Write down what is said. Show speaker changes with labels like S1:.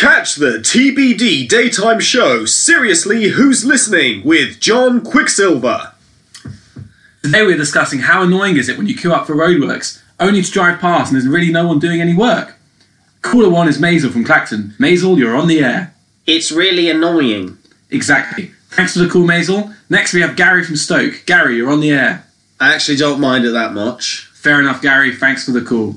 S1: Catch the TBD daytime show, Seriously Who's Listening, with John Quicksilver.
S2: Today we're discussing how annoying is it when you queue up for roadworks, only to drive past and there's really no one doing any work. Caller one is Maisel from Clacton. Maisel, you're on the air.
S3: It's really annoying.
S2: Exactly. Thanks for the call, Maisel. Next we have Gary from Stoke. Gary, you're on the air.
S3: I actually don't mind it that much.
S2: Fair enough, Gary. Thanks for the call.